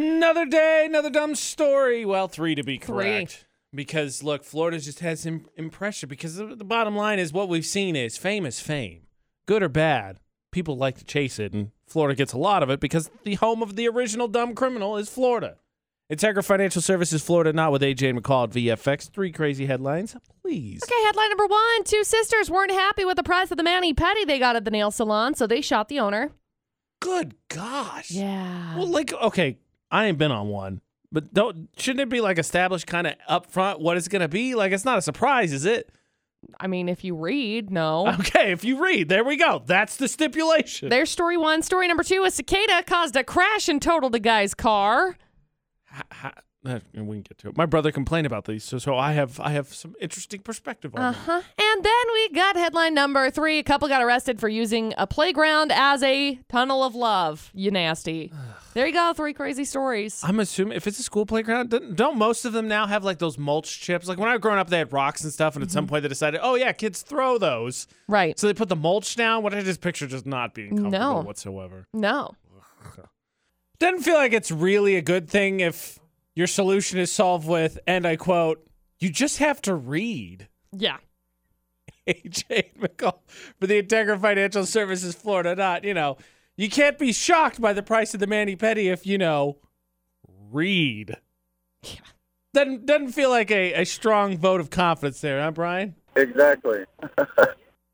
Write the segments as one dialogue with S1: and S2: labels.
S1: Another day, another dumb story. Well, three to be
S2: Three.
S1: correct. Because look, Florida just has some impression. Because the, the bottom line is what we've seen is fame is fame, good or bad. People like to chase it, and Florida gets a lot of it because the home of the original dumb criminal is Florida. Integra Financial Services, Florida, not with AJ McCall at VFX. Three crazy headlines, please.
S2: Okay, headline number one Two sisters weren't happy with the price of the mani petty they got at the nail salon, so they shot the owner.
S1: Good gosh.
S2: Yeah.
S1: Well, like, okay, I ain't been on one, but don't shouldn't it be like established kind of upfront what it's gonna be? Like, it's not a surprise, is it?
S2: I mean, if you read, no.
S1: Okay, if you read, there we go. That's the stipulation.
S2: There's story one. Story number two a cicada caused a crash and totaled a guy's car.
S1: Ha- ha- uh, we can get to it. My brother complained about these, so so I have I have some interesting perspective on
S2: Uh
S1: them.
S2: huh. And then we got headline number three a couple got arrested for using a playground as a tunnel of love. You nasty. There you go. Three crazy stories.
S1: I'm assuming if it's a school playground, don't, don't most of them now have like those mulch chips? Like when I was growing up, they had rocks and stuff, and at some point they decided, oh yeah, kids throw those,
S2: Right.
S1: so they put the mulch down. What I just picture just not being comfortable
S2: No.
S1: whatsoever.
S2: No.
S1: doesn't feel like it's really a good thing if your solution is solved with, and I quote, you just have to read.
S2: Yeah.
S1: AJ McCall for the Integra Financial Services Florida. Not, you know, you can't be shocked by the price of the Manny Petty if, you know, read.
S2: Yeah.
S1: Doesn't, doesn't feel like a, a strong vote of confidence there, huh, Brian?
S3: Exactly.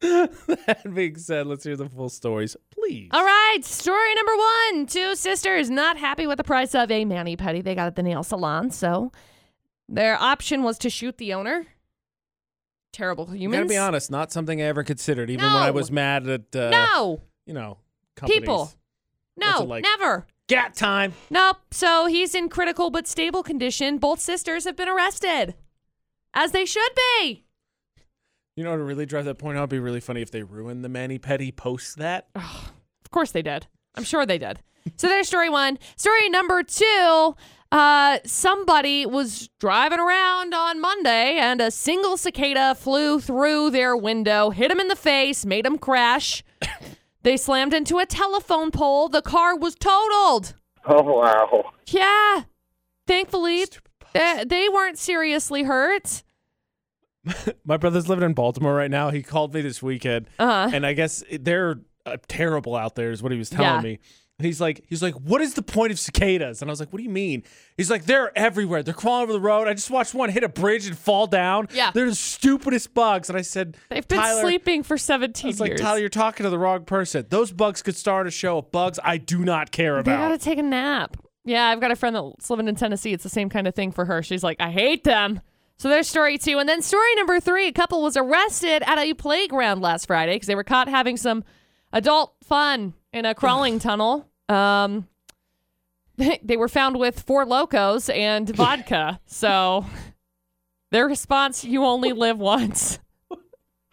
S1: that being said, let's hear the full stories, please.
S2: All right, story number one. Two sisters not happy with the price of a mani pedi they got at the nail salon, so their option was to shoot the owner. Terrible
S1: You
S2: humans.
S1: gotta be honest, not something I ever considered, even when I
S2: No.
S1: was mad at, uh,
S2: No,
S1: you know, companies.
S2: people.
S1: What's
S2: No,
S1: it like?
S2: never.
S1: Gat time.
S2: Nope. So he's in critical but stable condition. Both sisters have been arrested, as they should be.
S1: You know, to really drive that point out, it'd be really funny if they ruined the Manny Petty post that.
S2: Oh. Of course they did. I'm sure they did. So there's story one. Story number two. Uh, somebody was driving around on Monday and a single cicada flew through their window, hit him in the face, made him crash. they slammed into a telephone pole. The car was totaled.
S3: Oh wow.
S2: Yeah. Thankfully,
S1: Stupid
S2: they, they weren't seriously hurt.
S1: My brother's living in Baltimore right now. He called me this weekend,
S2: Uh,
S1: and I guess they're uh, terrible out there, is what he was telling
S2: Yeah.
S1: me. And he's like, he's like, what is the point of cicadas? And I was like, what do you mean? He's like, they're everywhere. They're crawling over the road. I just watched one hit a bridge and fall down.
S2: Yeah.
S1: they're the stupidest bugs. And I said,
S2: they've been
S1: Tyler,
S2: sleeping for
S1: I
S2: 17
S1: was like,
S2: years.
S1: Tyler, you're talking to the wrong person. Those bugs could start a show of bugs I do not care
S2: They
S1: about.
S2: gotta take a nap. Yeah, I've got a friend that's living in Tennessee. It's the same kind of thing for her. She's like, I hate them. So there's story two. And then story number three a couple was arrested at a playground last Friday because they were caught having some adult fun in a crawling tunnel. Um, they were found with four locos and vodka. So their response you only live once.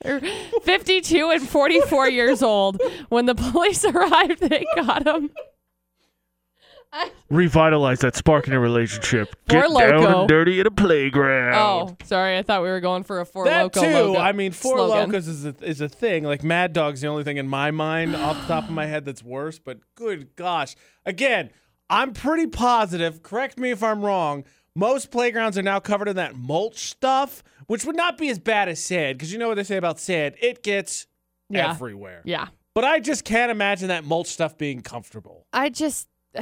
S2: They're 52 and 44 years old. When the police arrived, they got them.
S4: revitalize that spark in a relationship.
S2: Four
S4: Get down
S2: Loko.
S4: and dirty at a playground.
S2: Oh, sorry. I thought we were going for a four
S1: that
S2: loco
S1: too.
S2: logo
S1: I mean, four
S2: slogan.
S1: locos is a, is a thing. Like Mad Dog's the only thing in my mind off the top of my head that's worse. But good gosh, again, I'm pretty positive. Correct me if I'm wrong. Most playgrounds are now covered in that mulch stuff, which would not be as bad as sand because you know what they say about sand. It gets
S2: Yeah.
S1: everywhere.
S2: Yeah.
S1: But I just can't imagine that mulch stuff being comfortable.
S2: I just,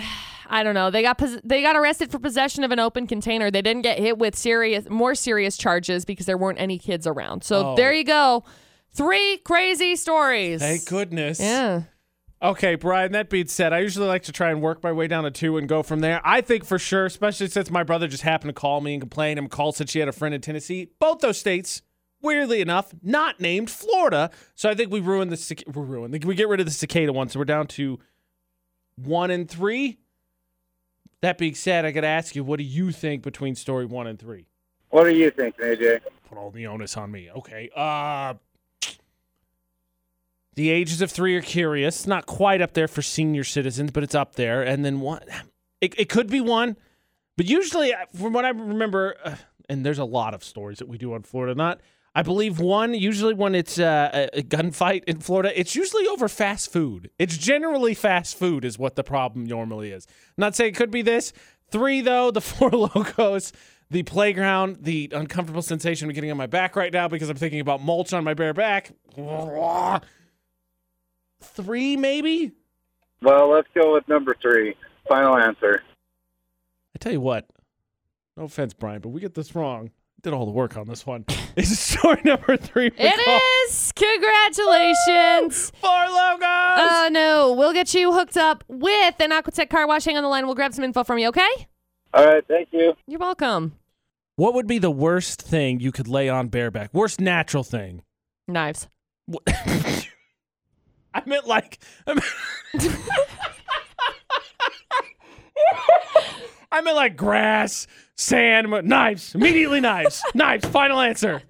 S2: I don't know. They got pos- they got arrested for possession of an open container. They didn't get hit with serious, more serious charges because there weren't any kids around. So
S1: Oh.
S2: there you go. Three crazy stories.
S1: Thank goodness.
S2: Yeah.
S1: Okay, Brian, that being said, I usually like to try and work my way down to two and go from there. I think for sure, especially since my brother just happened to call me and complain, and McCall said she had a friend in Tennessee. Both those states, weirdly enough, not named Florida. So I think we ruined the cic- we ruined. We get rid of the cicada one, so we're down to one and three. That being said, I got to ask you, what do you think between story one and three?
S3: What are you thinking, AJ?
S1: Put all the onus on me. Okay. Uh The ages of three are curious. Not quite up there for senior citizens, but it's up there. And then one it, it could be one. But usually uh, from what I remember uh, and there's a lot of stories that we do on Florida not I believe one, usually when it's uh, a a gunfight in Florida, it's usually over fast food. It's generally fast food, is what the problem normally is. I'm not saying it could be this. Three, though, the four locos, the playground, the uncomfortable sensation of getting on my back right now because I'm thinking about mulch on my bare back. Three, maybe?
S3: Well, let's go with number three. Final answer.
S1: I tell you what, no offense, Brian, but we get this wrong. Did all the work on this one. This is story number three. McCall.
S2: It is. Congratulations.
S1: Four logos.
S2: Oh no, we'll get you hooked up with an Aquatech car wash. Hang on the line. We'll grab some info from you. Okay?
S3: All right, thank you.
S2: You're welcome.
S1: what would be the worst thing you could lay on bareback? Worst natural thing.
S2: Knives.
S1: What- I meant like. I meant, I meant like grass, sand, but knives. Immediately knives. knives. Final answer.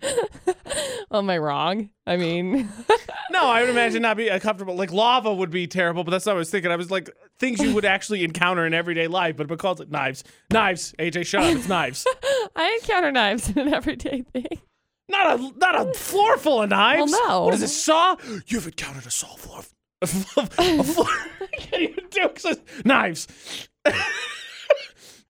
S2: Oh, am I wrong? I mean,
S1: No, I would imagine not be uncomfortable. Like lava would be terrible, but that's not what I was thinking. I was like things you would actually encounter in everyday life, but because it knives, knives. AJ, shut up. It's knives.
S2: I encounter knives in an everyday thing.
S1: Not a not a floor full of knives.
S2: Well, no.
S1: What is this saw? You've encountered a saw floor. A floor. A floor. I can't even do it. 'cause it's- Knives.